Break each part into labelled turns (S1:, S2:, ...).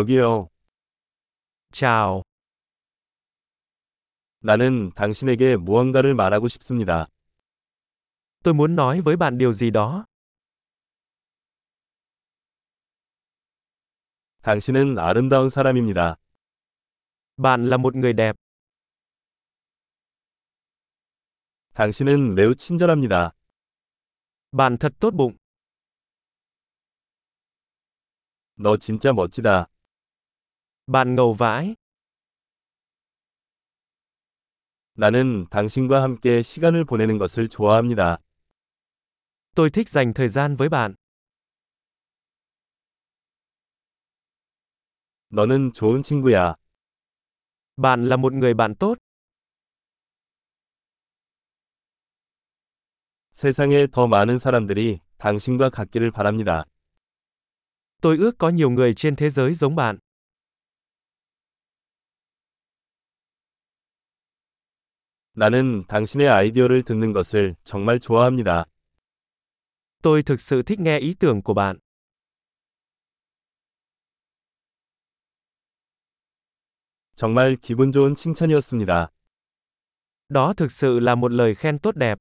S1: 여기요.
S2: Ciao.
S1: 나는 당신에게 무언가를 말하고 싶습니다.
S2: Tôi muốn nói với bạn điều gì đó.
S1: 당신은 아름다운 사람입니다.
S2: Bạn là một người đẹp.
S1: 당신은 매우 친절합니다.
S2: Bạn thật tốt bụng.
S1: 너 진짜 멋지다.
S2: Bạn ngầu vãi.
S1: 나는 당신과 함께 시간을 보내는 것을 좋아합니다.
S2: Tôi thích dành thời gian với bạn.
S1: 너는 좋은 친구야.
S2: Bạn là một người bạn tốt.
S1: 세상에 더 많은 사람들이 당신과 같기를 바랍니다.
S2: Tôi ước có nhiều người trên thế giới giống bạn.
S1: 나는 당신의 아이디어를 듣는 것을 정말 좋아합니다.
S2: Tôi thực sự thích nghe ý tưởng của bạn.
S1: 정말 기분 좋은 칭찬이었습니다.
S2: Đó thực sự là một lời khen tốt đẹp.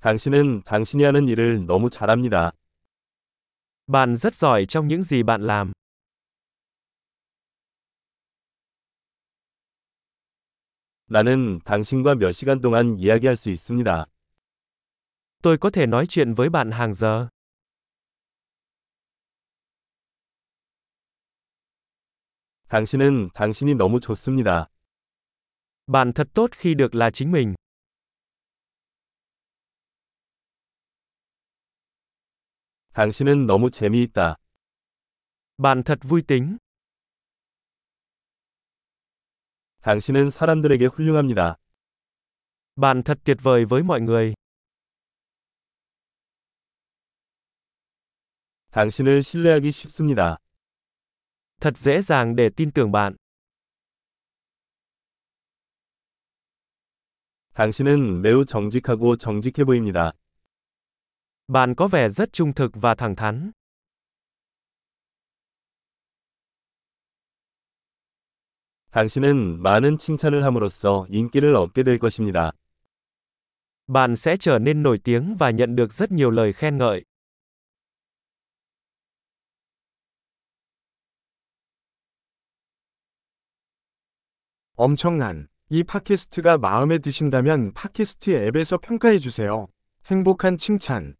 S1: 당신은 당신이 하는 일을 너무 잘합니다.
S2: Bạn rất giỏi trong những gì bạn làm.
S1: 나는 당신과 몇 시간 동안 이야기할 수 있습니다.
S2: Tôi có thể nói chuyện với bạn hàng giờ.
S1: 당신은 당신이 너무 좋습니다.
S2: Bạn thật tốt khi được là chính mình.
S1: 당신은 너무 재미있다.
S2: Bạn thật vui tính.
S1: 당신은 사람들에게 훌륭합니다.
S2: Bạn thật tuyệt vời với mọi người.
S1: 당신을 신뢰하기 쉽습니다.
S2: Thật dễ dàng để tin tưởng bạn.
S1: 당신은 매우 정직하고 정직해 보입니다.
S2: Bạn có vẻ rất trung thực và thẳng thắn.
S1: 당신은 많은 칭찬을 함으로써 인기를 얻게 될 것입니다.
S2: Bạn sẽ trở nên nổi tiếng và nhận được rất nhiều lời khen ngợi.
S3: 엄청난 이 팟캐스트가 마음에 드신다면 팟캐스트 앱에서 평가해 주세요. 행복한 칭찬